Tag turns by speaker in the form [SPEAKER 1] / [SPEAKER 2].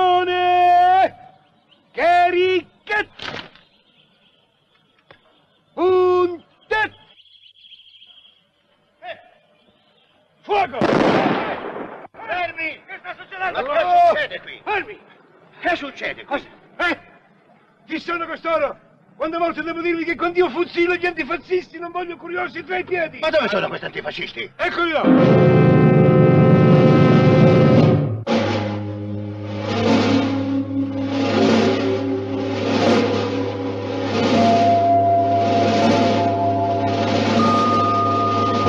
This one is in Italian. [SPEAKER 1] Lottone! Carichet! Puntet! Eh, Fuoco!
[SPEAKER 2] Fermi! Che sta succedendo?
[SPEAKER 1] Ma
[SPEAKER 2] Che succede qui?
[SPEAKER 1] oh, Fermi!
[SPEAKER 2] Che succede qui?
[SPEAKER 1] Cosa? Eh? Chi sono costoro? Quando volte devo dirvi che quando io fuzzilo gli antifascisti non voglio curiosi tra i piedi? Ecco
[SPEAKER 2] Ma dove sono questi antifascisti?
[SPEAKER 1] Eccoli là!